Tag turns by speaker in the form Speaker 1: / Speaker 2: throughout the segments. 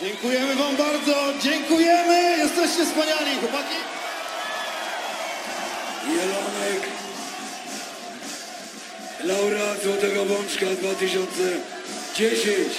Speaker 1: Dziękujemy wam bardzo, dziękujemy, jesteście wspaniali, chłopaki.
Speaker 2: Jelonek, laureat Złotego Bączka 2010.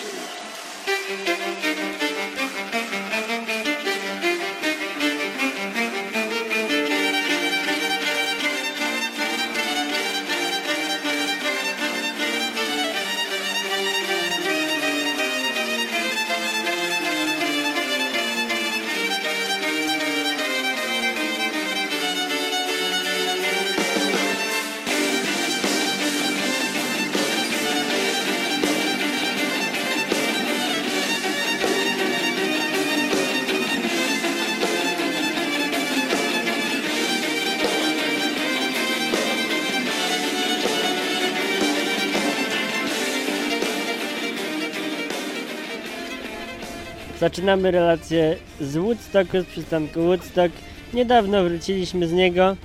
Speaker 3: Zaczynamy relację z Woodstocku, z przystanku Woodstock. Niedawno wróciliśmy z niego,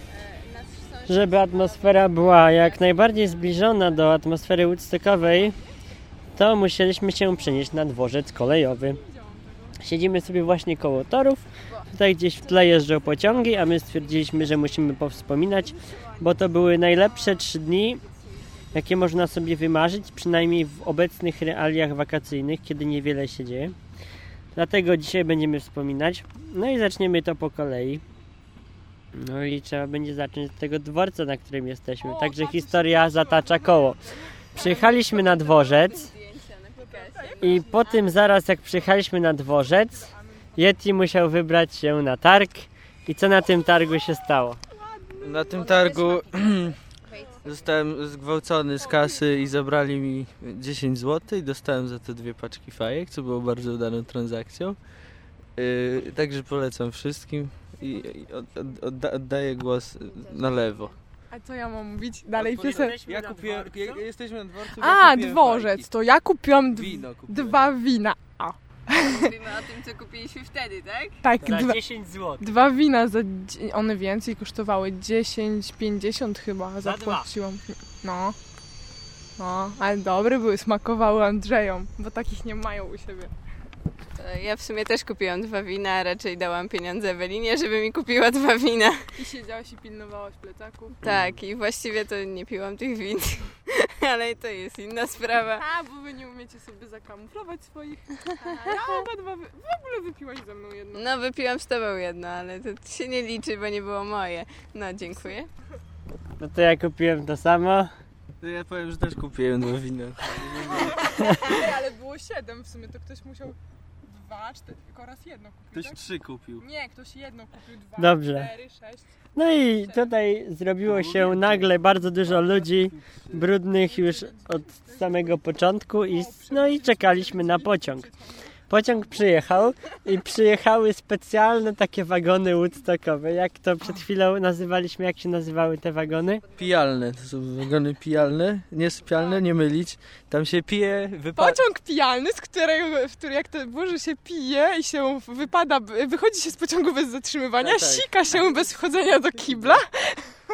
Speaker 3: żeby atmosfera była jak najbardziej zbliżona do atmosfery Woodstockowej, to musieliśmy się przenieść na dworzec kolejowy. Siedzimy sobie właśnie koło torów. Tutaj gdzieś w tle jeżdżą pociągi, a my stwierdziliśmy, że musimy powspominać, bo to były najlepsze trzy dni, jakie można sobie wymarzyć, przynajmniej w obecnych realiach wakacyjnych, kiedy niewiele się dzieje. Dlatego dzisiaj będziemy wspominać. No i zaczniemy to po kolei. No i trzeba będzie zacząć od tego dworca, na którym jesteśmy. Także historia zatacza koło. Przyjechaliśmy na dworzec i po tym zaraz jak przyjechaliśmy na dworzec, Yeti musiał wybrać się na targ. I co na tym targu się stało?
Speaker 4: Na tym targu zostałem zgwałcony z kasy i zabrali mi 10 zł i dostałem za to dwie paczki fajek, co było bardzo udaną transakcją. Yy, także polecam wszystkim i i od, od, odda- oddaję głos na lewo.
Speaker 5: A co ja mam mówić? Dalej piosenkę.
Speaker 4: Ja kupiłem, jesteśmy na dworcu.
Speaker 5: A, dworzec, to ja kupiłam d-
Speaker 4: Wino kupiłem.
Speaker 5: dwa wina. A,
Speaker 6: Mówimy o tym, co kupiliśmy wtedy, tak?
Speaker 5: tak,
Speaker 3: Za
Speaker 5: dwa,
Speaker 3: 10 zł.
Speaker 5: dwa wina, za, dzie- one więcej kosztowały 10,50 chyba,
Speaker 3: Za dwa.
Speaker 5: zapłaciłam. No. No, ale dobre były, smakowały Andrzejom, bo takich nie mają u siebie.
Speaker 6: Ja w sumie też kupiłam dwa wina, a raczej dałam pieniądze Ewelinie, żeby mi kupiła dwa wina.
Speaker 5: I siedziałaś i pilnowałaś plecaku.
Speaker 6: Tak, i właściwie to nie piłam tych win, ale to jest inna sprawa.
Speaker 5: A, bo wy nie umiecie sobie zakamuflować swoich. Ja obadwa, wy- w ogóle wypiłaś ze mną jedno.
Speaker 6: No, wypiłam z tobą jedno, ale to się nie liczy, bo nie było moje. No, dziękuję.
Speaker 3: No to ja kupiłem to samo.
Speaker 4: No Ja powiem, że też kupiłem dwa wina.
Speaker 5: Ej, ale było siedem w sumie, to ktoś musiał dwa, cztery, tylko raz jedno kupić.
Speaker 4: Ktoś
Speaker 5: tak?
Speaker 4: trzy kupił.
Speaker 5: Nie, ktoś jedno kupił, dwa,
Speaker 3: Dobrze.
Speaker 5: cztery, sześć.
Speaker 3: No i tutaj zrobiło się nagle bardzo dużo ludzi brudnych już od samego początku i no i czekaliśmy na pociąg. Pociąg przyjechał i przyjechały specjalne takie wagony Woodstockowe. Jak to przed chwilą nazywaliśmy, jak się nazywały te wagony?
Speaker 4: Pijalne, to są wagony pijalne, nie sypialne, nie mylić. Tam się pije, wypada.
Speaker 5: Pociąg pijalny, z którego, w który jak to było, że się pije i się wypada, wychodzi się z pociągu bez zatrzymywania,
Speaker 4: Tak, tak.
Speaker 5: sika się bez wchodzenia do kibla.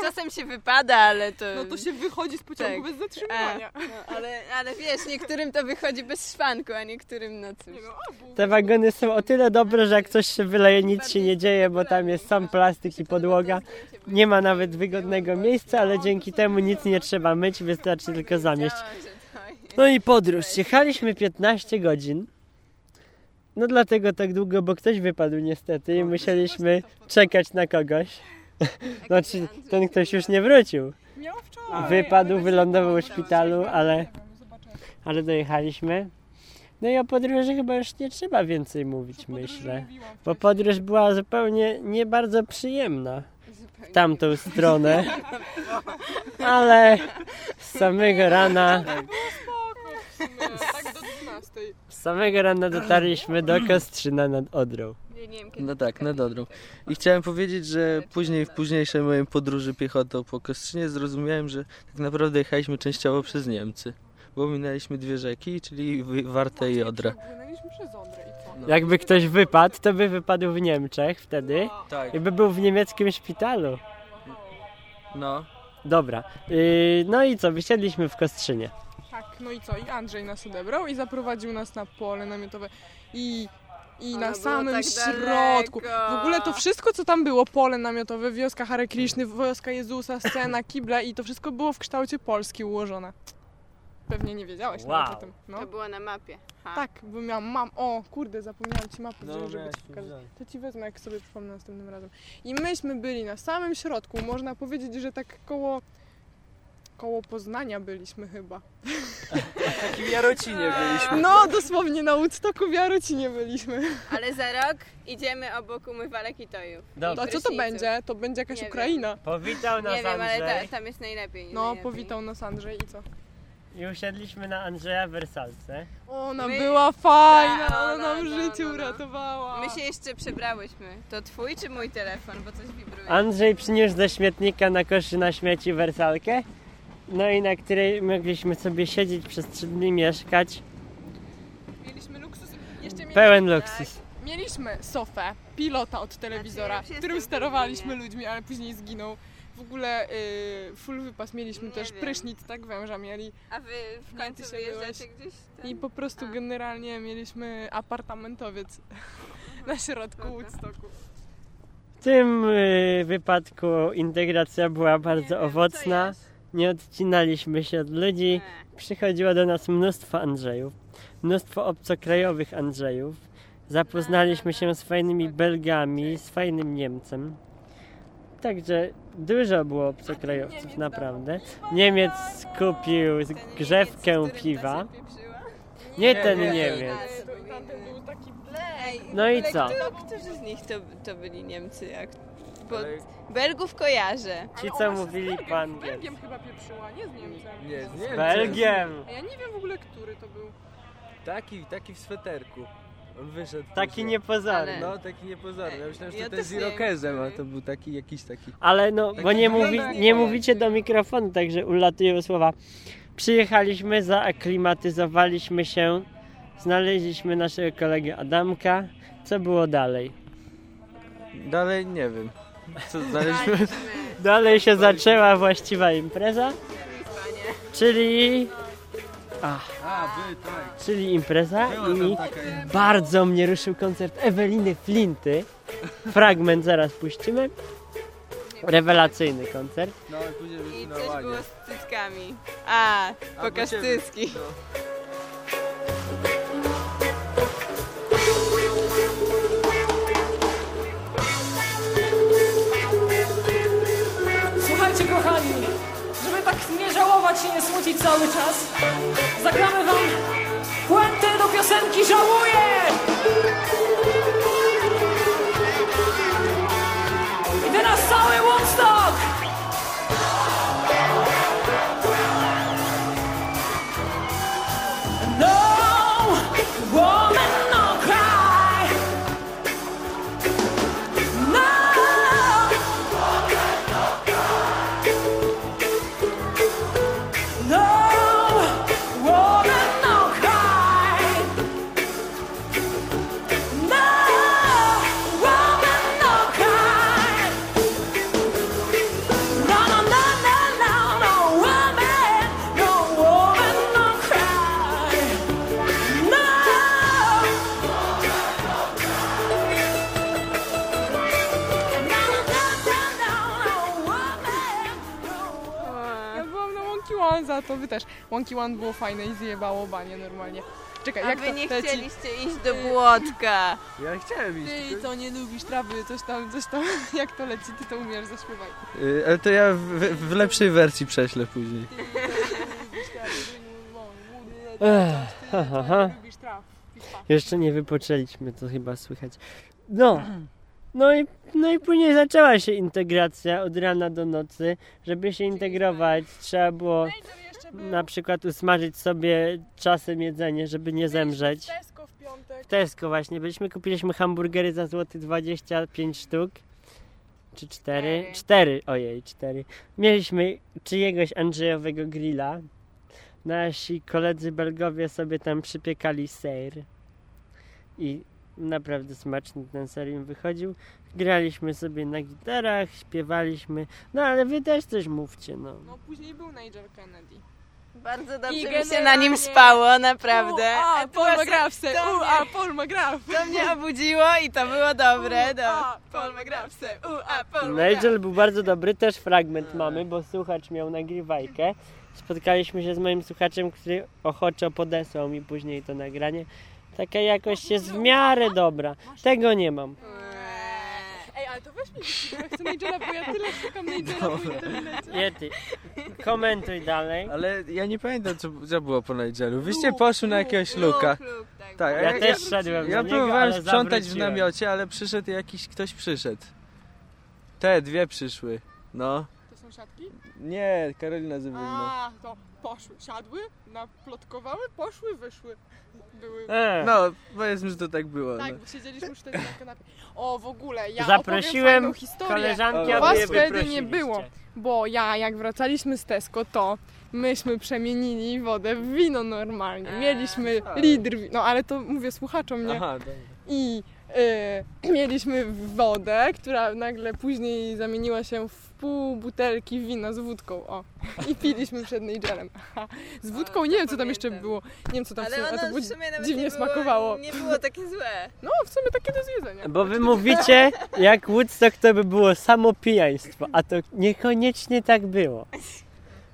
Speaker 6: Czasem się wypada, ale to...
Speaker 5: No to się wychodzi z pociągu
Speaker 6: Tak.
Speaker 5: bez zatrzymywania.
Speaker 6: No, ale, ale wiesz, niektórym to wychodzi bez szwanku, a niektórym no cóż.
Speaker 5: Nie no, obu.
Speaker 3: Te wagony są o tyle dobre, że jak coś się wyleje, nic się nie dzieje, bo tam jest sam plastik i podłoga. Nie ma nawet wygodnego miejsca, ale dzięki temu nic nie trzeba myć, wystarczy tylko zamieść.
Speaker 6: Wiedziałam, że to jest.
Speaker 3: No i podróż. Jechaliśmy 15 godzin. No dlatego tak długo, bo ktoś wypadł niestety i musieliśmy czekać na kogoś. Znaczy, ten ktoś już nie wrócił.
Speaker 5: Miał wczoraj.
Speaker 3: Wypadł,
Speaker 5: ale
Speaker 3: wylądował w
Speaker 5: będzie-
Speaker 3: szpitalu, ale-
Speaker 5: Nie wiem, zobaczymy.
Speaker 3: Ale dojechaliśmy. No i o podróży chyba już nie trzeba więcej mówić,
Speaker 5: Podróży
Speaker 3: myślę.
Speaker 5: mówiłam
Speaker 3: Bo
Speaker 5: wcześniej.
Speaker 3: podróż była zupełnie nie bardzo przyjemna w tamtą stronę. Ale z samego rana,
Speaker 5: Spoko, w sumie, tak do 12.
Speaker 3: z samego rana dotarliśmy do Kostrzyna nad Odrą.
Speaker 6: Nie, nie wiem, kiedy
Speaker 4: No tak, na Odrą. I chciałem powiedzieć, że później, w późniejszej mojej podróży piechotą po Kostrzynie zrozumiałem, że tak naprawdę jechaliśmy częściowo przez Niemcy. Bo minęliśmy dwie rzeki, czyli Wy- Wartę i Odrę.
Speaker 5: Płynęliśmy przez Ondrę i co?
Speaker 3: Jakby ktoś wypadł, to by wypadł w Niemczech wtedy
Speaker 4: Tak,
Speaker 3: i by był w niemieckim szpitalu.
Speaker 4: no.
Speaker 3: Dobra, yy, no i co, wysiedliśmy w Kostrzynie.
Speaker 5: Tak, no i co? I Andrzej nas odebrał i zaprowadził nas na pole namiotowe. I i
Speaker 6: Ono
Speaker 5: na
Speaker 6: było
Speaker 5: samym
Speaker 6: tak
Speaker 5: środku.
Speaker 6: daleko.
Speaker 5: W ogóle to wszystko, co tam było, pole namiotowe, wioska Hare Krishny, wioska Jezusa, scena, kibla i to wszystko było w kształcie Polski ułożone. Pewnie nie wiedziałeś nawet
Speaker 3: Wow.
Speaker 5: o tym. No.
Speaker 6: To było na mapie. Ha.
Speaker 5: Tak, bo miałam, mam, o kurde, zapomniałam Ci mapy
Speaker 4: No,
Speaker 5: wziąć, żeby
Speaker 4: miałaś
Speaker 5: Ci
Speaker 4: mi
Speaker 5: pokazać.
Speaker 4: wziąć.
Speaker 5: To Ci wezmę, jak sobie przypomnę następnym razem. I myśmy byli na samym środku, można powiedzieć, że tak koło, koło Poznania byliśmy chyba.
Speaker 4: W takim Jarocinie byliśmy.
Speaker 5: No, dosłownie na Woodstocku w Jarocinie byliśmy.
Speaker 6: Ale za rok idziemy obok umywalek i tojów.
Speaker 3: Dobra.
Speaker 5: A co to
Speaker 6: Pryszniców.
Speaker 5: będzie? To będzie jakaś
Speaker 6: Nie wiem.
Speaker 5: Ukraina.
Speaker 3: Powitał nas
Speaker 6: Nie wiem, ale tak. ta,
Speaker 3: Andrzej
Speaker 6: tam jest najlepiej.
Speaker 5: No,
Speaker 6: najlepiej.
Speaker 5: powitał nas Andrzej i co?
Speaker 3: i usiedliśmy na Andrzeja w Wersalce.
Speaker 5: Ona
Speaker 6: My-
Speaker 5: była fajna,
Speaker 6: Ta,
Speaker 5: ona
Speaker 6: ona,
Speaker 5: nam
Speaker 6: no,
Speaker 5: życie
Speaker 6: no, no.
Speaker 5: uratowała.
Speaker 6: My się jeszcze przebrałyśmy. To twój czy mój telefon, bo coś wibruje.
Speaker 3: Andrzej przyniósł ze śmietnika na koszy na śmieci wersalkę, no i na której mogliśmy sobie siedzieć przez trzy dni mieszkać.
Speaker 5: Mieliśmy luksus, jeszcze mieliśmy, Tak.
Speaker 3: Pełen luksus.
Speaker 5: mieliśmy sofę, pilota od telewizora,
Speaker 6: Znaczy, ja już
Speaker 5: którym
Speaker 6: jestem
Speaker 5: sterowaliśmy
Speaker 6: dumna.
Speaker 5: ludźmi, ale później zginął. W ogóle y, full wypas mieliśmy
Speaker 6: Nie
Speaker 5: też
Speaker 6: wiem.
Speaker 5: prysznic, tak węża mieli
Speaker 6: A wy w
Speaker 5: Nie,
Speaker 6: końcu
Speaker 5: ty się
Speaker 6: wyjeżdżacie gdzieś tam?
Speaker 5: i po prostu
Speaker 6: A.
Speaker 5: generalnie mieliśmy apartamentowiec na środku
Speaker 6: Dobra.
Speaker 5: Woodstocku.
Speaker 3: W tym y, wypadku integracja była
Speaker 6: Nie wiem,
Speaker 3: bardzo
Speaker 6: co
Speaker 3: owocna.
Speaker 6: jest?
Speaker 3: Nie odcinaliśmy się od ludzi.
Speaker 6: E.
Speaker 3: Przychodziło do nas mnóstwo Andrzejów, mnóstwo obcokrajowych Andrzejów. Zapoznaliśmy się z fajnymi Belgami, z fajnym Niemcem. Także dużo było obcokrajowców, naprawdę.
Speaker 6: no.
Speaker 3: Niemiec kupił
Speaker 6: Ten Niemiec,
Speaker 3: grzewkę
Speaker 6: którym ta
Speaker 3: piwa.
Speaker 6: się pieprzyła?
Speaker 3: Nie
Speaker 4: Nie,
Speaker 3: ten
Speaker 4: nie,
Speaker 3: Niemiec.
Speaker 5: Tak.
Speaker 6: A, to był
Speaker 5: Y, Tamten
Speaker 6: inny.
Speaker 5: był taki
Speaker 6: Ej,
Speaker 3: No i
Speaker 6: ale
Speaker 3: co?
Speaker 6: Kto, którzy z nich to, to byli Niemcy? Jak? Bo
Speaker 4: Ale-
Speaker 6: Belgów kojarzę.
Speaker 3: Ci,
Speaker 5: Ale
Speaker 3: co
Speaker 5: ona się z
Speaker 3: mówili
Speaker 5: Belgiem-
Speaker 3: po
Speaker 5: Z
Speaker 3: angielsku.
Speaker 5: Belgiem chyba pieprzyła, nie z Niemcem.
Speaker 4: Nie, z
Speaker 5: Z-
Speaker 4: Niemcem.
Speaker 3: Belgiem!
Speaker 5: A ja nie wiem w ogóle, który to był.
Speaker 4: Taki, taki w sweterku. On wyszedł.
Speaker 3: Taki
Speaker 4: później.
Speaker 3: niepozorny.
Speaker 6: Ale-
Speaker 4: No, taki niepozorny. Ja myślałem, że
Speaker 6: Ja
Speaker 4: to ten
Speaker 6: też
Speaker 4: z
Speaker 6: nie wiem,
Speaker 4: Irokesem, a
Speaker 6: który.
Speaker 4: to był taki jakiś taki.
Speaker 3: Ale no, bo nie, mówi,
Speaker 5: wygląda jak
Speaker 3: nie
Speaker 5: Niemiec.
Speaker 3: mówicie do mikrofonu, także ulatują słowa. Przyjechaliśmy, zaaklimatyzowaliśmy się, znaleźliśmy naszego kolegę Adamka. Co było dalej?
Speaker 4: Dalej No, nie wiem. Co znaleźliśmy?
Speaker 6: Tak.
Speaker 3: Dalej się zaczęła właściwa impreza, czyli... Ach,
Speaker 4: A, wy, tak.
Speaker 3: czyli impreza i
Speaker 4: taka
Speaker 3: bardzo mnie ruszył koncert Eweliny Flinty. Fragment zaraz puścimy. Rewelacyjny koncert.
Speaker 4: No, i później
Speaker 6: I
Speaker 4: byliśmy na
Speaker 6: coś
Speaker 4: łanie.
Speaker 6: było z cyckami. A, pokaż
Speaker 4: ciebie.
Speaker 6: cycki.
Speaker 4: No.
Speaker 7: Słuchajcie kochani, żeby tak nie żałować i nie smucić cały czas, zagramy wam puentę do piosenki Żałuję! I teraz cały Woodstock! No, woman, no cry! No! No, woman, no cry. No, woman, no cry. No, no, no, no, no, no, woman, no, woman, no cry. No. No, no, no, no, no, woman, no, woman.
Speaker 5: Ja byłam na Monkey One za to, wy też. Monkey One było fajne i zjebało banie normalnie. Czekaj,
Speaker 6: A
Speaker 5: jak
Speaker 6: wy
Speaker 5: to
Speaker 6: nie
Speaker 5: te ci-
Speaker 6: chcieliście iść do Błotka.
Speaker 4: Ja chciałem iść.
Speaker 5: Ty
Speaker 4: tylko-
Speaker 5: to nie lubisz trawy, coś tam, coś tam. Jak to leci, ty to umiesz, zaśpiewaj.
Speaker 4: Y, Ale to ja w, w- w lepszej wersji prześlę później.
Speaker 3: Ech, ha, ha, ha.
Speaker 5: Lubisz traw. Pipa.
Speaker 3: Jeszcze nie wypoczęliśmy, to chyba słychać. No, no i, no i później zaczęła się integracja od rana do nocy. Żeby się integrować, trzeba było
Speaker 5: Razer jeszcze był.
Speaker 3: na przykład usmażyć sobie czasem jedzenie, żeby nie zemrzeć.
Speaker 5: Tesco w piątek.
Speaker 3: W Tesco właśnie byliśmy, kupiliśmy hamburgery za złoty 25 sztuk. Czy cztery?
Speaker 6: Cztery.
Speaker 3: Cztery, ojej, cztery. Mieliśmy czyjegoś Andrzejowego grilla. Nasi koledzy Belgowie sobie tam przypiekali ser. I naprawdę smaczny ten ser im wychodził. Graliśmy sobie na gitarach, śpiewaliśmy. No ale wy też coś mówcie, no.
Speaker 5: No później był Nigel Kennedy.
Speaker 6: Bardzo dobrze mi się na
Speaker 7: generalnie-
Speaker 6: nim spało, naprawdę.
Speaker 5: U, a,
Speaker 6: To
Speaker 5: Paul
Speaker 6: właśnie
Speaker 5: McGraw se,
Speaker 6: to
Speaker 5: u,
Speaker 6: mnie-
Speaker 5: a, Paul McGraw.
Speaker 6: To mnie obudziło i to było dobre. no. Do...
Speaker 5: a,
Speaker 6: Paul McGraw se, u, a, Paul McGraw.
Speaker 3: Nigel był bardzo dobry, też fragment mamy, bo słuchacz miał nagrywajkę. Spotkaliśmy się z moim słuchaczem, który ochoczo podesłał mi później to nagranie. Taka jakość jest w miarę dobra. Tego nie mam.
Speaker 6: Eee,
Speaker 5: Ej, ale to weź mi chcę Nigela, bo ja tyle szukam Nigela po internecie.
Speaker 3: Yeti, komentuj dalej.
Speaker 4: Ale ja nie pamiętam, co, co było po Nigelu. Wyście poszły na jakiegoś luka.
Speaker 6: Luk, tak.
Speaker 4: Tak, a
Speaker 3: Ja też szedłem
Speaker 4: Ja
Speaker 3: za niego,
Speaker 4: próbowałem
Speaker 3: ale
Speaker 4: sprzątać w
Speaker 3: zawróciłem.
Speaker 4: namiocie, ale przyszedł jakiś ktoś przyszedł. Te dwie przyszły. No.
Speaker 5: To są siatki?
Speaker 4: Nie, Karolina no. Zewilna.
Speaker 5: A, to poszły, siadły, naplotkowały, poszły, wyszły. Były...
Speaker 3: E,
Speaker 4: No, powiedzmy, że to tak było.
Speaker 5: Tak,
Speaker 4: No.
Speaker 5: bo siedzieliśmy cztery na kanapie. O, w ogóle, ja opowiem fajną
Speaker 3: Zaprosiłem
Speaker 5: historię.
Speaker 3: koleżanki,
Speaker 4: Ale-
Speaker 3: aby je
Speaker 5: Was wtedy
Speaker 3: wyprosiliście.
Speaker 5: nie było. Bo ja, jak wracaliśmy z Tesco, to myśmy przemienili wodę w wino normalnie. Mieliśmy
Speaker 4: tak.
Speaker 5: litr, wi- no ale to mówię słuchaczom, nie?
Speaker 4: Aha, dobra.
Speaker 5: I y, mieliśmy wodę, która nagle później zamieniła się w pół butelki wina z wódką, o. I piliśmy przed Nigelem. Z wódką
Speaker 6: to
Speaker 5: nie wiem, co tam jeszcze
Speaker 6: pamiętam.
Speaker 5: było. Nie wiem, co tam w sumie,
Speaker 6: Ale
Speaker 5: ale to
Speaker 6: ono
Speaker 5: było
Speaker 6: w sumie nawet
Speaker 5: dziwnie
Speaker 6: nie było,
Speaker 5: smakowało.
Speaker 6: Nie było takie złe.
Speaker 5: No, w sumie takie do zjedzenia.
Speaker 3: Bo wy mówicie, jak Woodstock to by było samo pijaństwo, a to niekoniecznie tak było.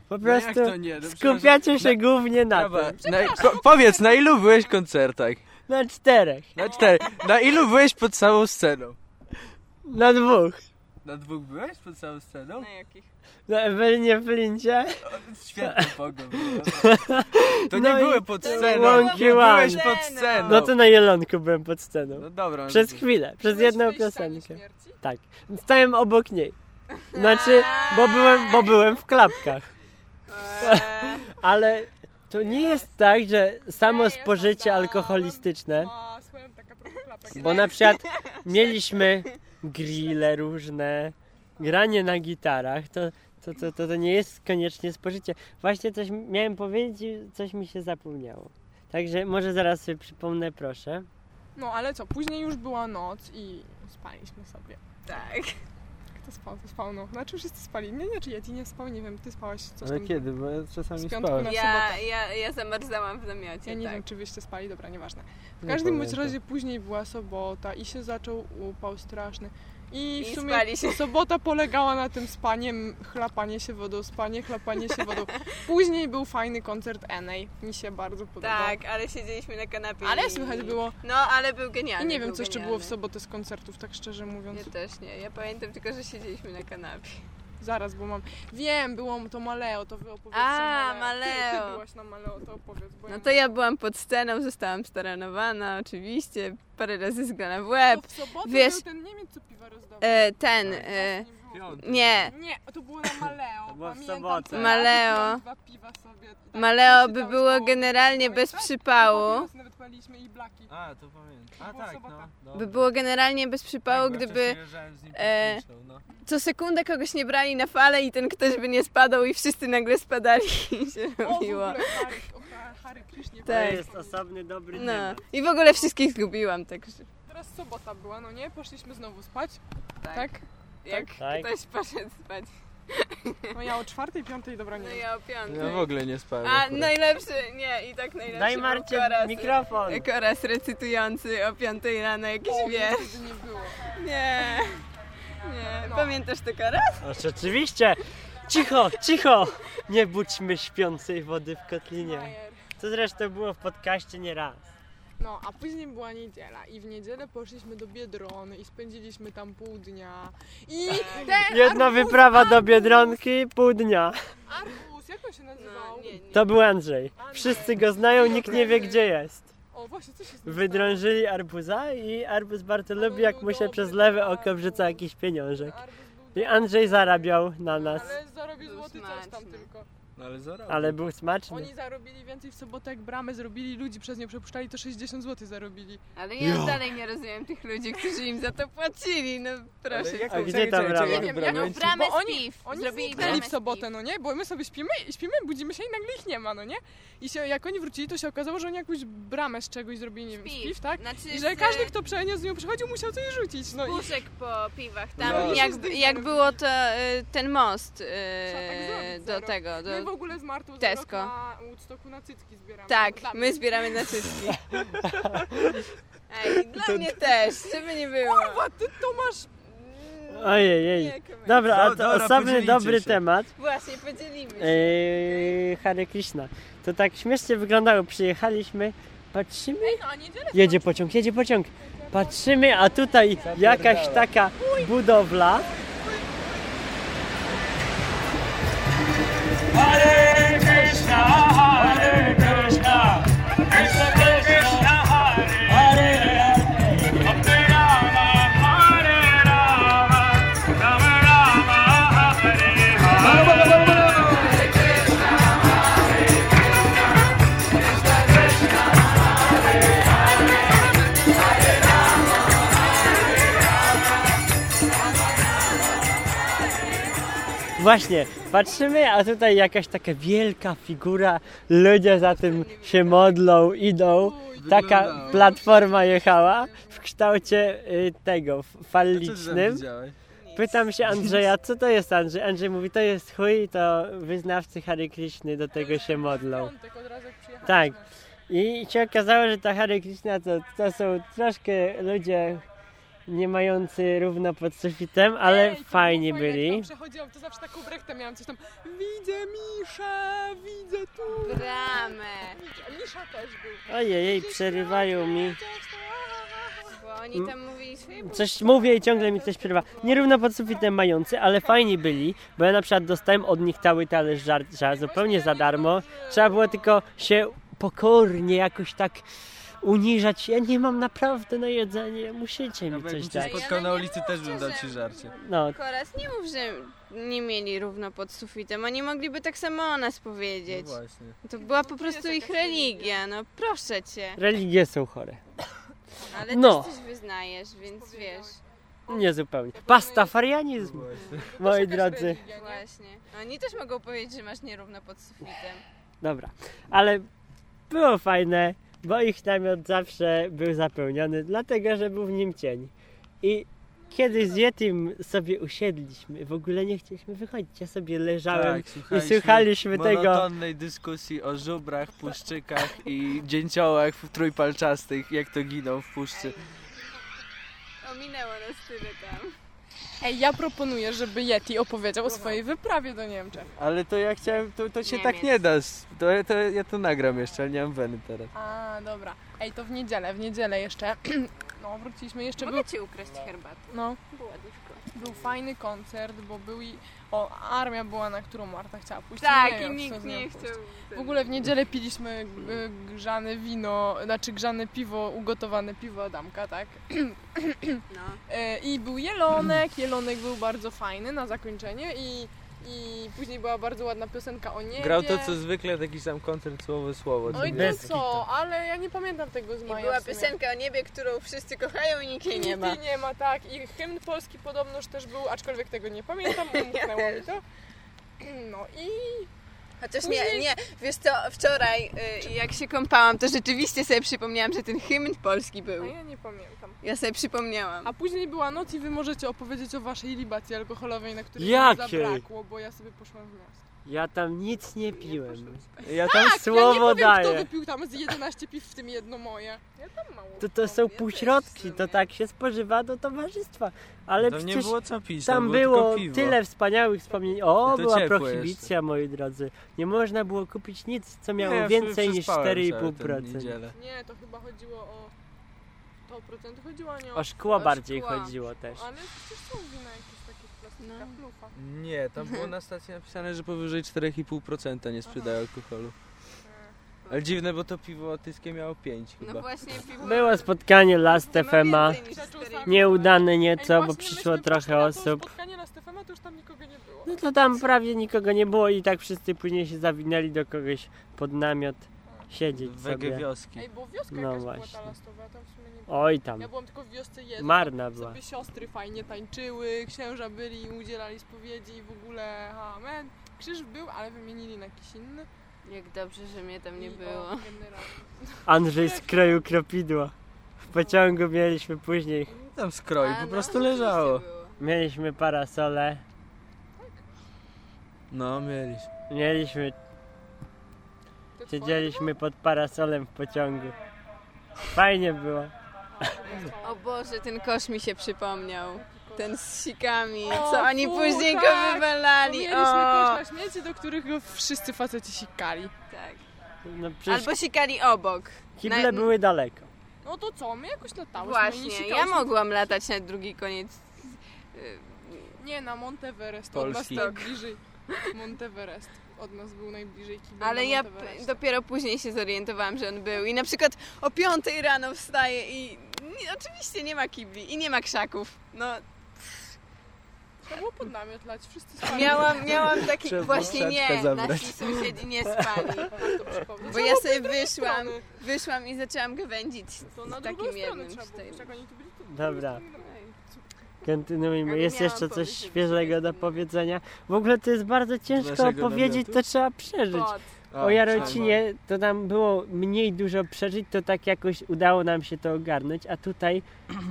Speaker 3: Po
Speaker 4: No jak
Speaker 3: prostu
Speaker 4: to nie? No przecież-
Speaker 3: skupiacie się głównie na
Speaker 4: Dobra,
Speaker 3: tym.
Speaker 4: na, po, powiedz, na ilu byłeś koncertach?
Speaker 3: Na czterech,
Speaker 4: Na cztery. Na ilu byłeś pod całą sceną?
Speaker 3: na dwóch.
Speaker 4: Na dwóch byłeś pod całą sceną?
Speaker 6: Na jakich?
Speaker 3: Na Ewelinie Flincie.
Speaker 4: Świetny pogon. To nie
Speaker 3: No i-
Speaker 4: były pod
Speaker 6: to nie
Speaker 4: sceną.
Speaker 6: było
Speaker 4: Nie
Speaker 6: pod
Speaker 4: byłeś
Speaker 6: sceną.
Speaker 4: pod sceną.
Speaker 3: No to na Jelonku byłem pod
Speaker 4: No
Speaker 3: sceną.
Speaker 4: dobra.
Speaker 3: Przez
Speaker 4: no to-
Speaker 3: chwilę, przez
Speaker 5: Byłeś
Speaker 3: jedną
Speaker 5: w tej scenie
Speaker 3: piosenkę.
Speaker 5: śmierci?
Speaker 3: Tak. Stałem obok niej. Znaczy, bo byłem, bo byłem w klapkach.
Speaker 6: Eee,
Speaker 3: Ale to nie jest tak, że samo spożycie alkoholistyczne
Speaker 5: Ma swoją taka trochę klapę.
Speaker 3: Bo na przykład mieliśmy grille różne, granie na gitarach, to, to, to, to, to nie jest koniecznie spożycie. Właśnie coś miałem powiedzieć i coś mi się zapomniało. Także może zaraz sobie przypomnę, proszę.
Speaker 5: No ale co, później już była noc i spaliśmy sobie.
Speaker 6: tak.
Speaker 5: Kto spał, to spał no. Znaczy wszyscy spali. Nie, nie, czy Yeti nie spał, nie wiem, ty spałaś coś
Speaker 4: Ale
Speaker 5: tam.
Speaker 4: kiedy? Bo ja czasami
Speaker 5: z piątku
Speaker 4: spałem.
Speaker 5: na-
Speaker 6: Ja, ja, ja zamarzałam w
Speaker 5: Ja
Speaker 6: namiocie,
Speaker 5: nie wiem,
Speaker 6: tak.
Speaker 5: czy wyście spali, dobra, nieważne. W
Speaker 4: Nie
Speaker 5: każdym bądź
Speaker 4: pamiętam.
Speaker 5: razie później była sobota i się zaczął upał straszny. I w
Speaker 6: I
Speaker 5: sumie
Speaker 6: spali się.
Speaker 5: sobota polegała na tym spaniem, chlapanie się wodą, spanie, chlapanie się wodą. Później był fajny koncert Enej, mi się bardzo podobał.
Speaker 6: Tak, ale siedzieliśmy na kanapie.
Speaker 5: Ale
Speaker 6: i-
Speaker 5: słychać było.
Speaker 6: No, ale był
Speaker 5: I
Speaker 6: genialny.
Speaker 5: nie wiem,
Speaker 6: był
Speaker 5: co jeszcze było
Speaker 6: genialny.
Speaker 5: w sobotę z koncertów, tak szczerze mówiąc.
Speaker 6: Ja też nie. Ja pamiętam tylko, że siedzieliśmy na kanapie.
Speaker 5: Zaraz, bo mam. Wiem, było to Maleo, to wy opowiedz.
Speaker 6: A,
Speaker 5: o Ty, ty
Speaker 6: Maleo.
Speaker 5: byłaś na Maleo, to opowiedz. Bo
Speaker 6: No to ja byłam pod sceną, zostałam staranowana, oczywiście. Parę razy zgrana w łeb.
Speaker 5: To w sobotę
Speaker 6: wiesz-
Speaker 5: był ten Niemiec, co piwa rozdawał.
Speaker 6: E, ten, e,
Speaker 5: Nie było.
Speaker 6: nie.
Speaker 5: Nie, to było na Maleo.
Speaker 3: To było w
Speaker 5: pamiętam,
Speaker 3: sobotę.
Speaker 5: co ja
Speaker 6: Maleo.
Speaker 5: wypiłam dwa piwa sobie i tak
Speaker 6: Maleo by
Speaker 5: posiedziałyśmy
Speaker 6: było
Speaker 5: koło-
Speaker 6: generalnie
Speaker 5: koło
Speaker 6: bez
Speaker 5: tak, koło
Speaker 6: przypału.
Speaker 5: piwa nawet paliliśmy i blaki.
Speaker 4: A, to pamiętam.
Speaker 5: To
Speaker 4: A
Speaker 5: była
Speaker 4: tak,
Speaker 5: sobota.
Speaker 4: no.
Speaker 6: By było generalnie bez przypału, gdyby e,
Speaker 4: no.
Speaker 6: co sekundę kogoś nie brali na falę i ten ktoś by nie spadał i wszyscy nagle spadali i się
Speaker 5: O, w
Speaker 6: robiło.
Speaker 5: ogóle Hary, o, Ha- Hare Krishna.
Speaker 3: To
Speaker 6: Tak.
Speaker 3: jest osobny dobry
Speaker 6: No.
Speaker 3: temat.
Speaker 6: I w ogóle wszystkich zgubiłam, także
Speaker 5: Teraz sobota była, no nie? Poszliśmy znowu spać,
Speaker 6: tak.
Speaker 5: tak?
Speaker 6: Jak
Speaker 3: Tak.
Speaker 6: ktoś poszedł spać.
Speaker 5: No ja o czwartej, piątej, dobra, nie
Speaker 6: No
Speaker 5: wiem.
Speaker 6: ja o piątej.
Speaker 4: Ja w ogóle nie spałem.
Speaker 6: A no
Speaker 4: akurat.
Speaker 6: najlepszy, nie, i tak najlepszy.
Speaker 3: Daj
Speaker 6: był
Speaker 3: Marcie
Speaker 6: Koras-
Speaker 3: mikrofon.
Speaker 6: Koras recytujący o piątej rano jakiś
Speaker 5: O,
Speaker 6: wiersz.
Speaker 5: wtedy nie było.
Speaker 6: Nie. Nie.
Speaker 5: No.
Speaker 6: Pamiętasz to Koras?
Speaker 3: Oż oczywiście. Cicho, cicho! Nie budźmy śpiącej wody w kotlinie.
Speaker 5: Frajer.
Speaker 3: To zresztą było w podcaście nie raz.
Speaker 5: No, a później była niedziela i w niedzielę poszliśmy do Biedrony i spędziliśmy tam pół dnia. I
Speaker 6: Tak.
Speaker 5: ten
Speaker 3: Jedna
Speaker 5: arbuz,
Speaker 3: wyprawa do Biedronki, pół dnia.
Speaker 5: Arbuz, jak on się nazywał?
Speaker 6: No, nie, nie.
Speaker 3: To był Andrzej. Wszyscy go znają, nikt nie wie gdzie jest.
Speaker 5: O, właśnie, co się z nim
Speaker 3: Wydrążyli arbuza i arbuz bardzo
Speaker 5: Ale
Speaker 3: lubi, jak
Speaker 5: był
Speaker 3: mu się
Speaker 5: dobry
Speaker 3: przez lewe
Speaker 5: arbuz.
Speaker 3: oko wrzuca jakiś pieniążek.
Speaker 5: stało? Arbuz był
Speaker 3: I Andrzej zarabiał na nas,
Speaker 5: Ale zarobił
Speaker 6: Był
Speaker 5: złoty coś tam
Speaker 6: No smaczny.
Speaker 5: tylko.
Speaker 4: No, ale zarobił.
Speaker 3: ale był smaczny.
Speaker 5: Oni zarobili więcej w sobotę, jak bramę zrobili, ludzi przez nie przepuszczali, to 60 zł zarobili.
Speaker 6: Ale ja dalej nie rozumiem tych ludzi, którzy im za to płacili, no proszę.
Speaker 4: Ale jak-
Speaker 3: A gdzie
Speaker 4: czekaj,
Speaker 3: ta
Speaker 4: czekaj,
Speaker 3: brama?
Speaker 4: czekaj,
Speaker 3: Nie
Speaker 4: brama?
Speaker 6: jaką bramę
Speaker 5: Bo
Speaker 6: z
Speaker 5: oni,
Speaker 6: piw.
Speaker 5: oni
Speaker 6: Zrobili
Speaker 5: zniknęli
Speaker 6: bramę
Speaker 5: w
Speaker 6: z
Speaker 5: sobotę,
Speaker 6: piw.
Speaker 5: no nie? Bo my sobie śpimy, i śpimy, budzimy się i nagle ich nie ma, no nie? I się, jak oni wrócili, to się okazało, że oni jakąś bramę z czegoś zrobili, nie wiem, z piw, tak?
Speaker 6: Znaczy,
Speaker 5: I że
Speaker 6: z
Speaker 5: każdy, kto przeniósł z nią przychodził, musiał coś rzucić, no i...
Speaker 6: puszek po piwach. Tam
Speaker 4: No.
Speaker 6: jak, jak było to, y, ten most y,
Speaker 5: Trzeba tak zrobić,
Speaker 6: do
Speaker 5: zero.
Speaker 6: tego,
Speaker 5: No i
Speaker 6: do
Speaker 5: po ogóle z Martą za
Speaker 6: Tesco.
Speaker 5: rok na Woodstocku na cycki zbieramy.
Speaker 6: Tak,
Speaker 5: Dla
Speaker 6: my zbieramy na cycki. Ej, dla mnie też, żeby nie było.
Speaker 5: Kurwa, ty to masz...
Speaker 3: Ojej, jej.
Speaker 6: Nie, komentarz.
Speaker 3: Dobra, a to
Speaker 4: Do- dobra,
Speaker 3: osobny
Speaker 4: podzielicie
Speaker 3: dobry
Speaker 4: się.
Speaker 3: temat.
Speaker 6: Właśnie, podzielimy się.
Speaker 3: Eee, Hare Krishna. To tak śmiesznie wyglądało. Przyjechaliśmy, patrzymy.
Speaker 5: No, a niedzielę
Speaker 3: Jedzie pociąg, jedzie pociąg. Patrzymy, a tutaj jakaś taka budowla. Właśnie, patrzymy, a tutaj jakaś taka wielka figura. Ludzie za tym się modlą, idą. Taka platforma jechała w kształcie y, tego, f- fallicznym. Pytam się Andrzeja, co to jest Andrzej? Andrzej mówi, to jest chuj, to wyznawcy Hare Krishny do tego się modlą.
Speaker 5: piątek od razu jak przyjechałem.
Speaker 3: Tak. I się okazało, że ta Hare Krishna to, to są troszkę ludzie nie mający równo pod sufitem, ale
Speaker 5: Ej, to było
Speaker 3: fajni
Speaker 5: fajne, jak
Speaker 3: byli.
Speaker 5: Tam przechodziłam, to zawsze taką brechtę miałam coś tam. Widzę Misza, widzę tu.
Speaker 6: Bramę.
Speaker 5: Misza też był.
Speaker 3: Ojej, jej, przerywają mi.
Speaker 6: Bo oni tam mówili swoje
Speaker 3: Coś mówię i ciągle mi coś przerywa. Nierówno pod sufitem mający, ale fajni byli, bo ja na przykład dostałem od nich cały talerz żarcia zupełnie za darmo. Trzeba było tylko się pokornie jakoś tak uniżać. Ja nie mam naprawdę na jedzenie, musicie mi
Speaker 4: Jakbym
Speaker 3: coś tak.
Speaker 4: cię
Speaker 3: dać.
Speaker 4: spotkał na ulicy, też
Speaker 6: mówcie,
Speaker 4: bym dał
Speaker 6: że-
Speaker 4: ci żarcie.
Speaker 3: No,
Speaker 6: Koraz, nie mów, że nie mieli równo pod sufitem. Oni mogliby tak samo o nas powiedzieć.
Speaker 4: No właśnie.
Speaker 6: To była po prostu ich religia, no proszę cię.
Speaker 3: religie są chore.
Speaker 6: Ale
Speaker 3: No.
Speaker 6: też coś wyznajesz, więc wiesz.
Speaker 3: Nie zupełnie. Pastafarianizm, moi drodzy.
Speaker 6: Właśnie. Oni też mogą powiedzieć, że masz nierówno pod sufitem.
Speaker 3: Dobra, ale było fajne, bo ich namiot zawsze był zapełniony, dlatego że był w nim cień. I kiedyś z Yetim sobie usiedliśmy, w ogóle nie chcieliśmy wychodzić. Ja sobie leżałem.
Speaker 4: słuchaliśmy
Speaker 3: słuchaliśmy tego-
Speaker 4: Tak, monotonnej dyskusji o żubrach, puszczykach i dzięciołach trójpalczastych, jak to giną w puszczy.
Speaker 6: Ominęło nas tyle tam.
Speaker 5: Ej, ja proponuję, żeby Yeti opowiedział o swojej wyprawie do Niemczech.
Speaker 4: Ale to ja chciałem, to, to się
Speaker 6: Niemiec.
Speaker 4: tak nie da. s- To, to ja to nagram jeszcze, ale nie mam weny teraz.
Speaker 5: A, dobra. Ej, to w niedzielę, w niedzielę jeszcze. No, wróciliśmy, jeszcze był...
Speaker 6: Mogę ci ukraść herbatę.
Speaker 5: No,
Speaker 6: Była duszko.
Speaker 5: był fajny koncert, bo był i... O, armia była, na którą Marta chciała pójść.
Speaker 6: Tak,
Speaker 5: Nie
Speaker 6: i
Speaker 5: wiem, co
Speaker 6: nikt
Speaker 5: z nią
Speaker 6: nie
Speaker 5: pójść.
Speaker 6: chciał.
Speaker 5: W ogóle w niedzielę piliśmy y, grzane wino, znaczy grzane piwo, ugotowane piwo Adamka, tak?
Speaker 6: No.
Speaker 5: E, I był jelonek, jelonek był bardzo fajny na zakończenie i, i później była bardzo ładna piosenka o niebie.
Speaker 4: Grał to co zwykle, taki sam koncert słowo słowo. co nie?
Speaker 5: Oj, to
Speaker 3: Bez
Speaker 5: co,
Speaker 4: tak.
Speaker 5: ale ja nie pamiętam tego z maja
Speaker 6: I była
Speaker 5: w sumie.
Speaker 6: piosenka o niebie, którą wszyscy kochają i nikt jej
Speaker 5: Nikt
Speaker 6: nie ma.
Speaker 5: jej nie ma, tak. I hymn polski podobnoż też był, aczkolwiek tego nie pamiętam, umknęło mi to. No i
Speaker 6: Chociaż nie,
Speaker 5: Później-
Speaker 6: nie, wiesz co, wczoraj y, jak się kąpałam, to rzeczywiście sobie przypomniałam, że ten hymn polski
Speaker 5: a
Speaker 6: był.
Speaker 5: No ja nie pamiętam.
Speaker 6: Ja sobie przypomniałam.
Speaker 5: A później była noc i wy możecie opowiedzieć o waszej libacji alkoholowej, na której mi
Speaker 3: Jakiej?
Speaker 5: zabrakło, bo ja sobie poszłam w miasto.
Speaker 3: Ja tam nic nie piłem.
Speaker 4: Ja
Speaker 3: Tam
Speaker 5: ja nie
Speaker 3: słowo
Speaker 5: powiem, kto
Speaker 3: daję.
Speaker 5: wypił tam z 11 piw, w tym jedno moje. Ja tam mało.
Speaker 3: To, to są półśrodki, to tak się spożywa do towarzystwa. Ale
Speaker 4: Tam nie
Speaker 3: przecież
Speaker 4: było co pić,
Speaker 3: Tam
Speaker 4: tylko
Speaker 3: było
Speaker 4: piwo. No
Speaker 3: tyle wspaniałych wspomnień. O,
Speaker 4: To
Speaker 3: była
Speaker 4: ciepłe
Speaker 3: prohibicja, moi drodzy. Nie można było kupić nic, co miało więcej niż 4,5%.
Speaker 5: Nie, to chyba chodziło o 100%, chodziło nie o...
Speaker 3: O szkło
Speaker 6: O
Speaker 3: bardziej
Speaker 6: szkła.
Speaker 3: chodziło też.
Speaker 5: Ale przecież są wina jakieś takie w plastikach,
Speaker 6: No.
Speaker 5: lufa.
Speaker 4: Nie, tam było na stacji napisane, że powyżej 4,5% nie sprzedają alkoholu. Ale dziwne, bo to piwo tyskie miało 5
Speaker 6: No
Speaker 4: chyba.
Speaker 6: właśnie piwo.
Speaker 3: Było spotkanie Last
Speaker 6: to ma
Speaker 3: FM-a.
Speaker 6: więcej niż cztery.
Speaker 3: Nieudane
Speaker 5: Ej,
Speaker 3: nieco, bo
Speaker 5: właśnie,
Speaker 3: przyszło
Speaker 5: myśmy poszli
Speaker 3: trochę
Speaker 5: na to
Speaker 3: osób.
Speaker 5: spotkanie na Stefana, to już tam nikogo nie było.
Speaker 3: No to tam prawie nikogo nie było i tak wszyscy później się zawinęli do kogoś pod namiot siedzieć
Speaker 4: Wege
Speaker 3: sobie.
Speaker 4: wioski.
Speaker 5: Ej, bo wioska
Speaker 3: No
Speaker 5: jakaś
Speaker 3: właśnie.
Speaker 5: była ta lastowa, tam w sumie nie było.
Speaker 3: Oj tam,
Speaker 5: Ja byłam tylko w wiosce jednej.
Speaker 3: marna była.
Speaker 5: Sobie siostry fajnie tańczyły, księża byli, udzielali spowiedzi i w ogóle amen. Krzyż był, ale wymienili na jakiś inny.
Speaker 6: Jak dobrze, że mnie tam nie
Speaker 5: I o,
Speaker 6: było.
Speaker 5: generalnie.
Speaker 3: Andrzej z kraju kropidła. W pociągu mieliśmy później,
Speaker 4: Tam skroi,
Speaker 6: A,
Speaker 4: po
Speaker 6: no,
Speaker 4: prostu
Speaker 6: rzeczywiście
Speaker 4: leżało.
Speaker 6: było.
Speaker 3: mieliśmy parasole.
Speaker 4: No, mieliśmy.
Speaker 3: Mieliśmy Siedzieliśmy pod parasolem w pociągu. Fajnie było.
Speaker 6: O Boże, ten kosz mi się przypomniał. Ten z sikami,
Speaker 5: O,
Speaker 6: co oni
Speaker 5: fu,
Speaker 6: później go
Speaker 5: tak.
Speaker 6: wywalali.
Speaker 5: Mieliśmy
Speaker 6: O,
Speaker 5: kosz na śmieci, do których go wszyscy faceci sikali.
Speaker 6: tak.
Speaker 3: No przecież
Speaker 6: Albo sikali obok.
Speaker 3: kible
Speaker 6: na-
Speaker 3: były daleko.
Speaker 5: No to co, my jakoś latałyśmy i
Speaker 6: Właśnie, ja
Speaker 5: sikałyśmy.
Speaker 6: mogłam latać na drugi koniec. y,
Speaker 5: Nie, na Monteverest, od nas tak.
Speaker 4: Polski.
Speaker 6: Tak.
Speaker 5: najbliżej. Monteverest, od nas był najbliżej kibel
Speaker 6: Ale
Speaker 5: na
Speaker 6: ja
Speaker 5: Monteverest.
Speaker 6: p- dopiero później się zorientowałam, że on był. I na przykład o 5 rano wstaję i nie, oczywiście nie ma kibli i nie ma krzaków. No,
Speaker 5: To było pod namiot lać, wszyscy spali.
Speaker 6: miałam, miałam taki...
Speaker 4: Trzeba
Speaker 6: właśnie nie,
Speaker 4: krzaczka zabrać.
Speaker 6: nasi sąsiedzi nie spali.
Speaker 5: Warto przypomnieć.
Speaker 6: Bo ja sobie wyszłam,
Speaker 5: strony.
Speaker 6: wyszłam i zaczęłam gawędzić z,
Speaker 5: To na drugą
Speaker 6: z takim
Speaker 5: stronę
Speaker 6: jednym
Speaker 5: trzeba było,
Speaker 6: sztylem.
Speaker 5: jak oni tu byli, to
Speaker 3: Dobra,
Speaker 6: Ja
Speaker 3: kontynuujmy.
Speaker 6: bym
Speaker 3: no Jest
Speaker 6: miała
Speaker 3: jeszcze coś
Speaker 6: powiedzieć, że
Speaker 3: świeżego do
Speaker 6: jestem-
Speaker 3: powiedzenia. W ogóle to jest bardzo ciężko
Speaker 4: Naszego
Speaker 3: opowiedzieć, to
Speaker 4: namiotu?
Speaker 3: trzeba przeżyć.
Speaker 6: Pod.
Speaker 4: A,
Speaker 3: O Jarocinie to tam było mniej dużo przeżyć, to tak jakoś udało nam się to ogarnąć, a tutaj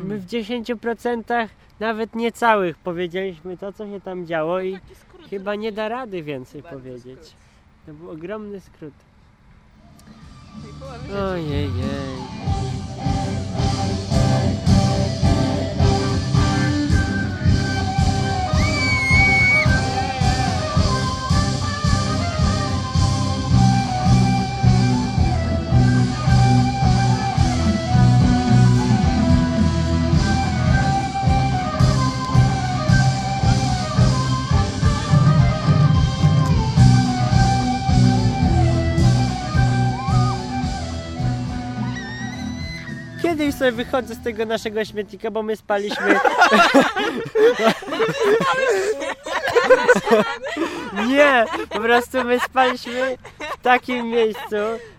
Speaker 3: my w 10% nawet niecałych powiedzieliśmy to, co się tam działo i
Speaker 5: taki skrót.
Speaker 3: chyba nie da rady więcej
Speaker 6: Bardzo
Speaker 3: powiedzieć. To był ogromny skrót.
Speaker 6: Była
Speaker 3: Ojej, Kiedyś sobie wychodzę z tego naszego śmietnika, bo my spaliśmy. Nie, po prostu my spaliśmy w takim miejscu.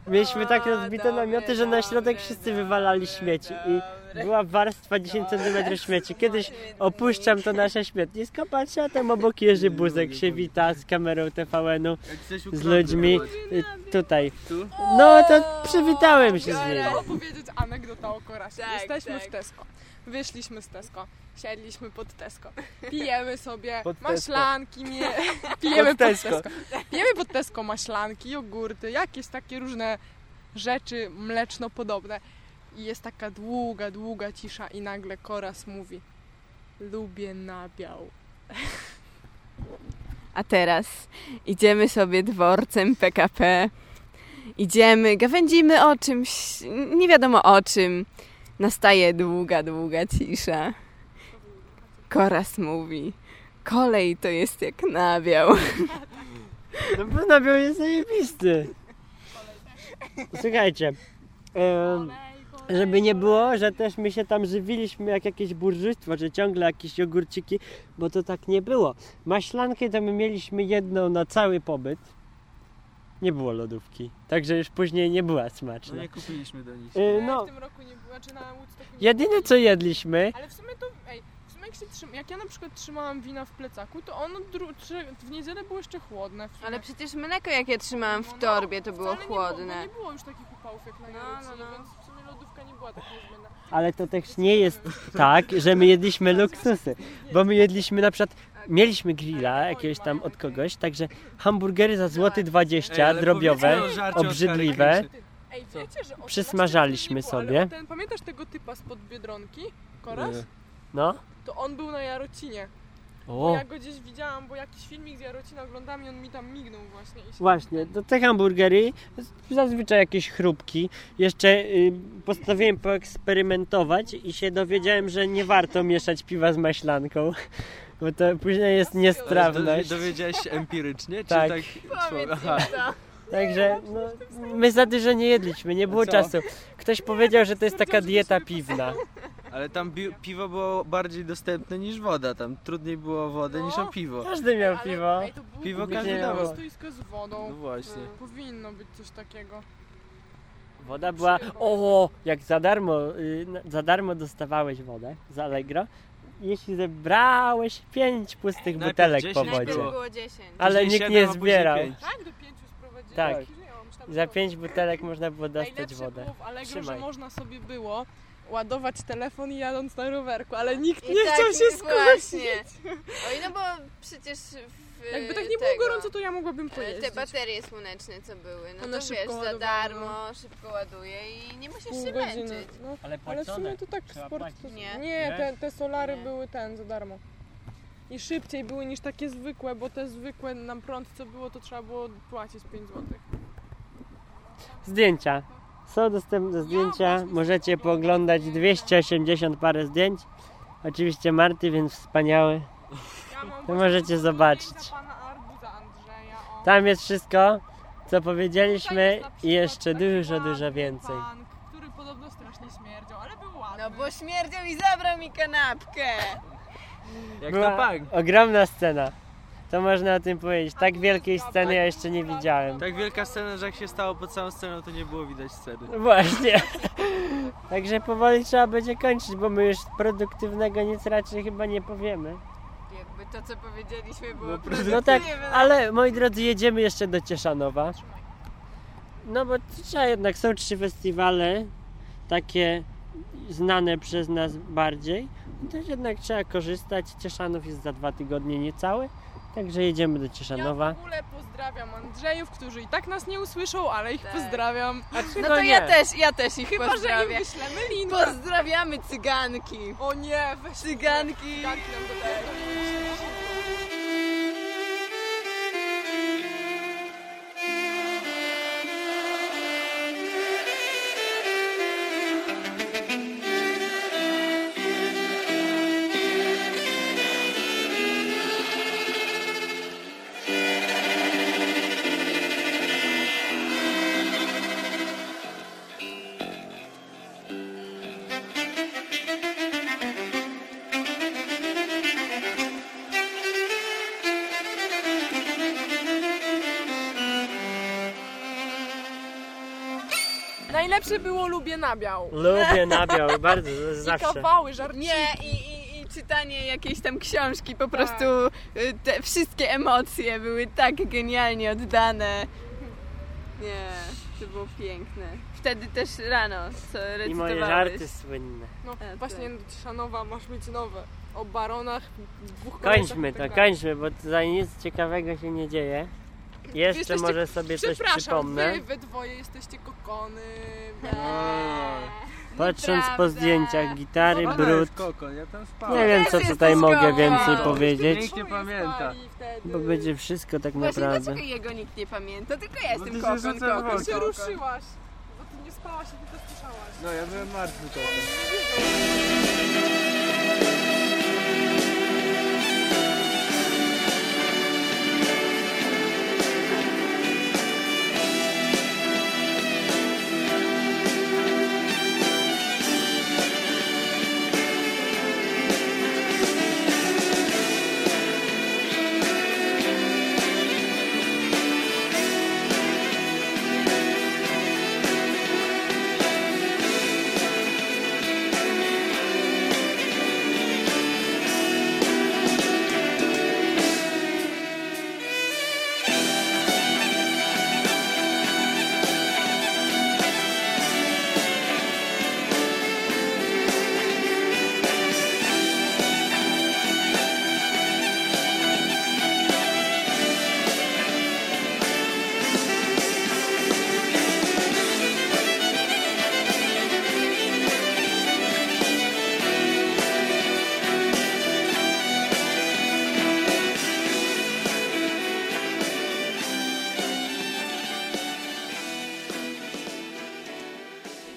Speaker 3: Mieliśmy tak
Speaker 6: O,
Speaker 3: rozbite
Speaker 6: dobre,
Speaker 3: namioty, że na środek
Speaker 6: dobre,
Speaker 3: wszyscy wywalali
Speaker 6: dobre,
Speaker 3: śmieci. I
Speaker 6: dobre.
Speaker 3: była warstwa 10 cm śmieci. Kiedyś
Speaker 6: Śmietnik.
Speaker 3: opuszczam to nasze śmietnisko, patrzę, a tam obok Jerzy Buzek się wita z kamerą TVN-u,
Speaker 4: Jak coś
Speaker 3: z
Speaker 4: ukradnę,
Speaker 3: ludźmi
Speaker 4: zobacz,
Speaker 3: y, tutaj.
Speaker 4: Tu?
Speaker 3: No to przywitałem się z
Speaker 6: biorę.
Speaker 3: nim.
Speaker 5: Chcę opowiedzieć anegdota o Korasie.
Speaker 6: Tak,
Speaker 5: Jesteśmy
Speaker 6: tak.
Speaker 5: w Tesco. Wyszliśmy z Tesco. Siedliśmy pod Tesco. Pijemy sobie
Speaker 4: Pod Tesco.
Speaker 5: maślanki. Mie... Pijemy pod Tesco.
Speaker 4: Tesco.
Speaker 5: Pijemy pod Tesco maślanki, jogurty, jakieś takie różne rzeczy mleczno podobne. I jest taka długa, długa cisza i nagle Koras mówi Lubię nabiał.
Speaker 6: A teraz idziemy sobie dworcem PKP. Idziemy, gawędzimy o czymś, nie wiadomo o czym. Nastaje długa, długa cisza. Koras mówi, kolej to jest jak nabiał.
Speaker 3: No bo nabiał jest zajebisty. Słuchajcie, em, żeby nie było, że też my się tam żywiliśmy jak jakieś burżystwo, że ciągle jakieś jogurciki, bo to tak nie było. Maślankę to my mieliśmy jedną na cały pobyt. Nie było lodówki, także już później nie była
Speaker 4: No
Speaker 3: smaczna.
Speaker 4: nie kupiliśmy do nich.
Speaker 3: Y, No,
Speaker 5: W tym roku nie była, czy na Woodstocku nie
Speaker 3: jedyne co jedliśmy,
Speaker 5: Ale w sumie to, ej, w sumie jak, się trzyma, jak ja na przykład trzymałam wina w plecaku, to ono dru, trzy, w niedzielę było jeszcze chłodne. W sumie.
Speaker 6: Ale przecież mleko, jakie trzymałam
Speaker 5: No,
Speaker 6: w
Speaker 5: no,
Speaker 6: torbie, to było
Speaker 5: wcale Nie było,
Speaker 6: chłodne.
Speaker 5: bo nie było już takich upałów jak na
Speaker 6: No,
Speaker 5: Jarocji,
Speaker 6: no, no.
Speaker 5: więc w sumie lodówka nie była tak niezbędna.
Speaker 3: ale to też nie jest tak, że my jedliśmy luksusy, bo my jedliśmy na przykład, mieliśmy grilla jakiegoś tam od kogoś, także hamburgery za złoty 20, drobiowe,
Speaker 4: powiedzcie o żarciu od
Speaker 3: obrzydliwe.
Speaker 4: Kary Kryszy.
Speaker 5: Ej,
Speaker 4: Co?
Speaker 5: wiecie, że o
Speaker 3: Przysmażaliśmy
Speaker 5: znaczy, nie było,
Speaker 3: sobie.
Speaker 5: Ale ten, pamiętasz tego typa spod Biedronki? Koraz?
Speaker 4: Nie.
Speaker 3: No,
Speaker 5: To on był na Jarocinie. Bo
Speaker 3: o.
Speaker 5: ja go gdzieś widziałam, bo jakiś filmik z Jarocina oglądam i on mi tam mignął właśnie. I się
Speaker 3: Właśnie, to te hamburgery, zazwyczaj jakieś chrupki. Jeszcze y, postanowiłem poeksperymentować i się dowiedziałem, że nie warto mieszać piwa z maślanką, bo to później jest niestrawność.
Speaker 4: Do- Dowiedziałeś się empirycznie? Czy
Speaker 3: Tak.
Speaker 4: tak?
Speaker 6: Powiedz mi
Speaker 4: Aha.
Speaker 6: to.
Speaker 3: Także no, my za dużo nie jedliśmy, nie było
Speaker 4: Co?
Speaker 3: czasu. Ktoś powiedział, że to jest taka
Speaker 5: stwierdziłam, że
Speaker 3: dieta
Speaker 5: sobie
Speaker 3: piwna.
Speaker 4: Ale tam bi- piwo było bardziej dostępne niż woda. Tam trudniej było o wodę niż o piwo.
Speaker 3: Każdy miał piwo.
Speaker 5: Ale, ej, to było
Speaker 4: Piwo
Speaker 5: takie
Speaker 3: każdy dawał.
Speaker 5: stoisko z wodą.
Speaker 4: No właśnie.
Speaker 5: Powinno być coś takiego.
Speaker 3: Woda była. O, jak za darmo, y, na- za darmo dostawałeś wodę z Allegro, jeśli zebrałeś pięć pustych
Speaker 4: Najpierw
Speaker 3: butelek po
Speaker 4: 10
Speaker 3: wodzie.
Speaker 6: Najpierw
Speaker 4: Było.
Speaker 6: było 10.
Speaker 3: Ale
Speaker 4: Później
Speaker 3: nikt
Speaker 4: siedem,
Speaker 3: nie
Speaker 4: a później
Speaker 3: zbierał.
Speaker 4: pięć.
Speaker 5: Tak, do pięciu sprowadzili.
Speaker 3: Tak.
Speaker 5: Później, o, myślałam,
Speaker 3: Za
Speaker 5: że-
Speaker 3: pięć butelek można było dostać
Speaker 5: Najlepsze
Speaker 3: wodę.
Speaker 5: było w Allegro,
Speaker 3: Trzymaj.
Speaker 5: że można sobie było ładować telefon jadąc na rowerku, ale nikt
Speaker 6: I
Speaker 5: nie
Speaker 6: tak,
Speaker 5: chciał się skupić.
Speaker 6: Właśnie. Oj, no bo przecież w w
Speaker 5: Jakby tak nie było
Speaker 6: tego,
Speaker 5: gorąco, to ja mogłabym
Speaker 6: e,
Speaker 5: pojeździć.
Speaker 6: Te baterie słoneczne, co były, no
Speaker 5: One
Speaker 6: to
Speaker 5: szybko
Speaker 6: wiesz, za
Speaker 5: ładują,
Speaker 6: darmo, szybko ładuje i nie musisz
Speaker 5: Pół
Speaker 6: się
Speaker 5: godziny.
Speaker 6: męczyć.
Speaker 5: No,
Speaker 3: Ale
Speaker 5: ale w
Speaker 3: płacone.
Speaker 5: sumie to tak
Speaker 3: Trzeba
Speaker 5: sport...
Speaker 3: płacić.
Speaker 6: Nie.
Speaker 5: Nie, te, te solary
Speaker 6: Nie.
Speaker 5: były ten, za darmo. I szybciej były niż takie zwykłe, bo te zwykłe nam prąd co było, to trzeba było płacić 5 zł.
Speaker 3: Zdjęcia. Są dostępne zdjęcia, możecie pooglądać 280 parę zdjęć. Oczywiście Marty, więc wspaniały.
Speaker 5: Ja mam
Speaker 3: To możecie zobaczyć.
Speaker 5: Pana arbuza Andrzeja, o.
Speaker 3: Tam jest wszystko, co
Speaker 5: Tutaj
Speaker 3: powiedzieliśmy
Speaker 5: Tak jest na przykład
Speaker 3: i jeszcze
Speaker 5: taki
Speaker 3: dużo,
Speaker 5: ładny
Speaker 3: dużo więcej.
Speaker 5: Pan, który podobno strasznie śmierdział, ale był ładny.
Speaker 6: No bo śmierdział i zabrał mi kanapkę.
Speaker 4: Jak na
Speaker 3: Była
Speaker 4: bank.
Speaker 3: ogromna scena. To można o tym powiedzieć. Tak wielkiej sceny ja jeszcze nie widziałem.
Speaker 4: Tak wielka scena, że jak się stało pod samą sceną, to nie było widać sceny.
Speaker 3: No Właśnie. Także powoli trzeba będzie kończyć, bo my już produktywnego nic raczej chyba nie powiemy.
Speaker 6: Jakby to, co powiedzieliśmy, było
Speaker 4: No,
Speaker 6: produktywne.
Speaker 3: No tak, ale moi drodzy, jedziemy jeszcze do Cieszanowa. No bo trzeba jednak, są trzy festiwale, takie znane przez nas bardziej. No To jednak trzeba korzystać. Cieszanów jest za dwa tygodnie niecałe, także jedziemy do
Speaker 5: Ja
Speaker 3: Cieszanowa.
Speaker 5: w ogóle pozdrawiam Andrzejów, którzy i tak nas nie usłyszą, ale ich
Speaker 6: Tak.
Speaker 5: pozdrawiam.
Speaker 6: No to ja też, ja też ich
Speaker 5: Chyba, że im
Speaker 6: pozdrawiam.
Speaker 5: wyślemy linkę.
Speaker 6: Pozdrawiamy cyganki.
Speaker 5: O nie, weź
Speaker 6: Cyganki.
Speaker 5: Cyganki nam dodają. Najlepsze było Lubię Nabiał.
Speaker 3: Lubię nabiał, bardzo,
Speaker 5: I
Speaker 3: zawsze.
Speaker 5: kawały żarciki.
Speaker 6: Nie, i, i, i czytanie jakiejś tam książki, po
Speaker 5: Tak.
Speaker 6: prostu y, te wszystkie emocje były tak genialnie oddane. Nie, to było piękne. Wtedy też rano, co recytowałeś.
Speaker 3: I moje żarty słynne.
Speaker 5: No
Speaker 6: tak.
Speaker 5: właśnie do Cieszanowa masz mieć nowe. O baronach, dwóch
Speaker 3: Kończmy
Speaker 5: kobietach i
Speaker 3: to,
Speaker 5: tak dalej.
Speaker 3: kończmy, bo tutaj nic ciekawego się nie dzieje. Jeszcze
Speaker 5: jesteście-
Speaker 3: może sobie coś
Speaker 5: Przepraszam,
Speaker 3: przypomnę.
Speaker 5: wy we dwoje jesteście kokony.
Speaker 4: Eee.
Speaker 3: Patrząc po
Speaker 6: Nieprawda.
Speaker 3: zdjęciach gitary,
Speaker 4: Ona
Speaker 3: brud.
Speaker 4: jest kokon, ja tam spałem.
Speaker 3: Nie wiem, co
Speaker 6: Też
Speaker 3: tutaj
Speaker 6: jesteś
Speaker 3: mogę
Speaker 6: koło.
Speaker 3: więcej
Speaker 6: Wow.
Speaker 3: powiedzieć,
Speaker 4: Nikt nie pamięta.
Speaker 3: bo będzie wszystko tak
Speaker 6: Właśnie
Speaker 3: naprawdę.
Speaker 6: dlaczego jego nikt nie pamięta, tylko ja
Speaker 4: Bo No
Speaker 6: jestem
Speaker 4: ty się
Speaker 6: kokon, kokon.
Speaker 4: zdenerwowałeś.
Speaker 5: Ty się ruszyłaś, bo ty nie spałaś, a ty też słyszałaś.
Speaker 4: No, ja byłem martwy kokon.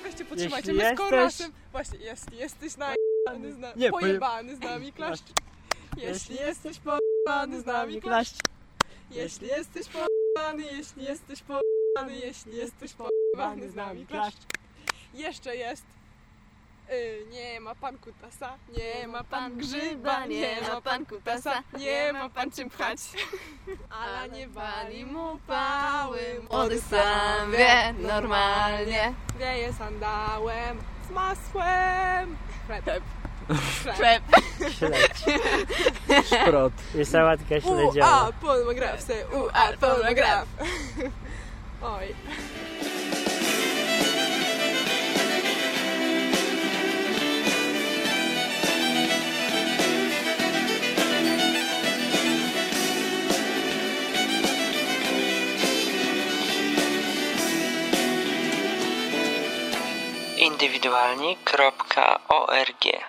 Speaker 5: Weźcie, potrzymajcie,
Speaker 3: Jeśli
Speaker 5: my z
Speaker 3: jesteś-
Speaker 5: Korasem... Właśnie, jeśli jesteś najebany z nami,
Speaker 3: Nie, poje-
Speaker 5: pojebany z nami, klaszcz. Jeśli jesteś pojebany z nami, klaszcz. Jeśli jesteś pojebany, jeśli jesteś pojebany, jeśli jesteś pojebany z nami, klaszcz. Jeszcze jest... Y, nie ma pan kutasa, nie ma pan grzyba, nie ma pan kutasa, nie ma pan czym pchać. Ale nie wali mu pały,
Speaker 6: Młody sam wie, normalnie.
Speaker 5: Wieje sandałem z masłem. Chleb.
Speaker 6: Chleb.
Speaker 3: Śledź.
Speaker 4: Szprot.
Speaker 3: I sałatka
Speaker 5: U,
Speaker 3: śledziowa.
Speaker 5: a, polmograf, se, u, a, polmograf. Oj.
Speaker 3: indywidualni.org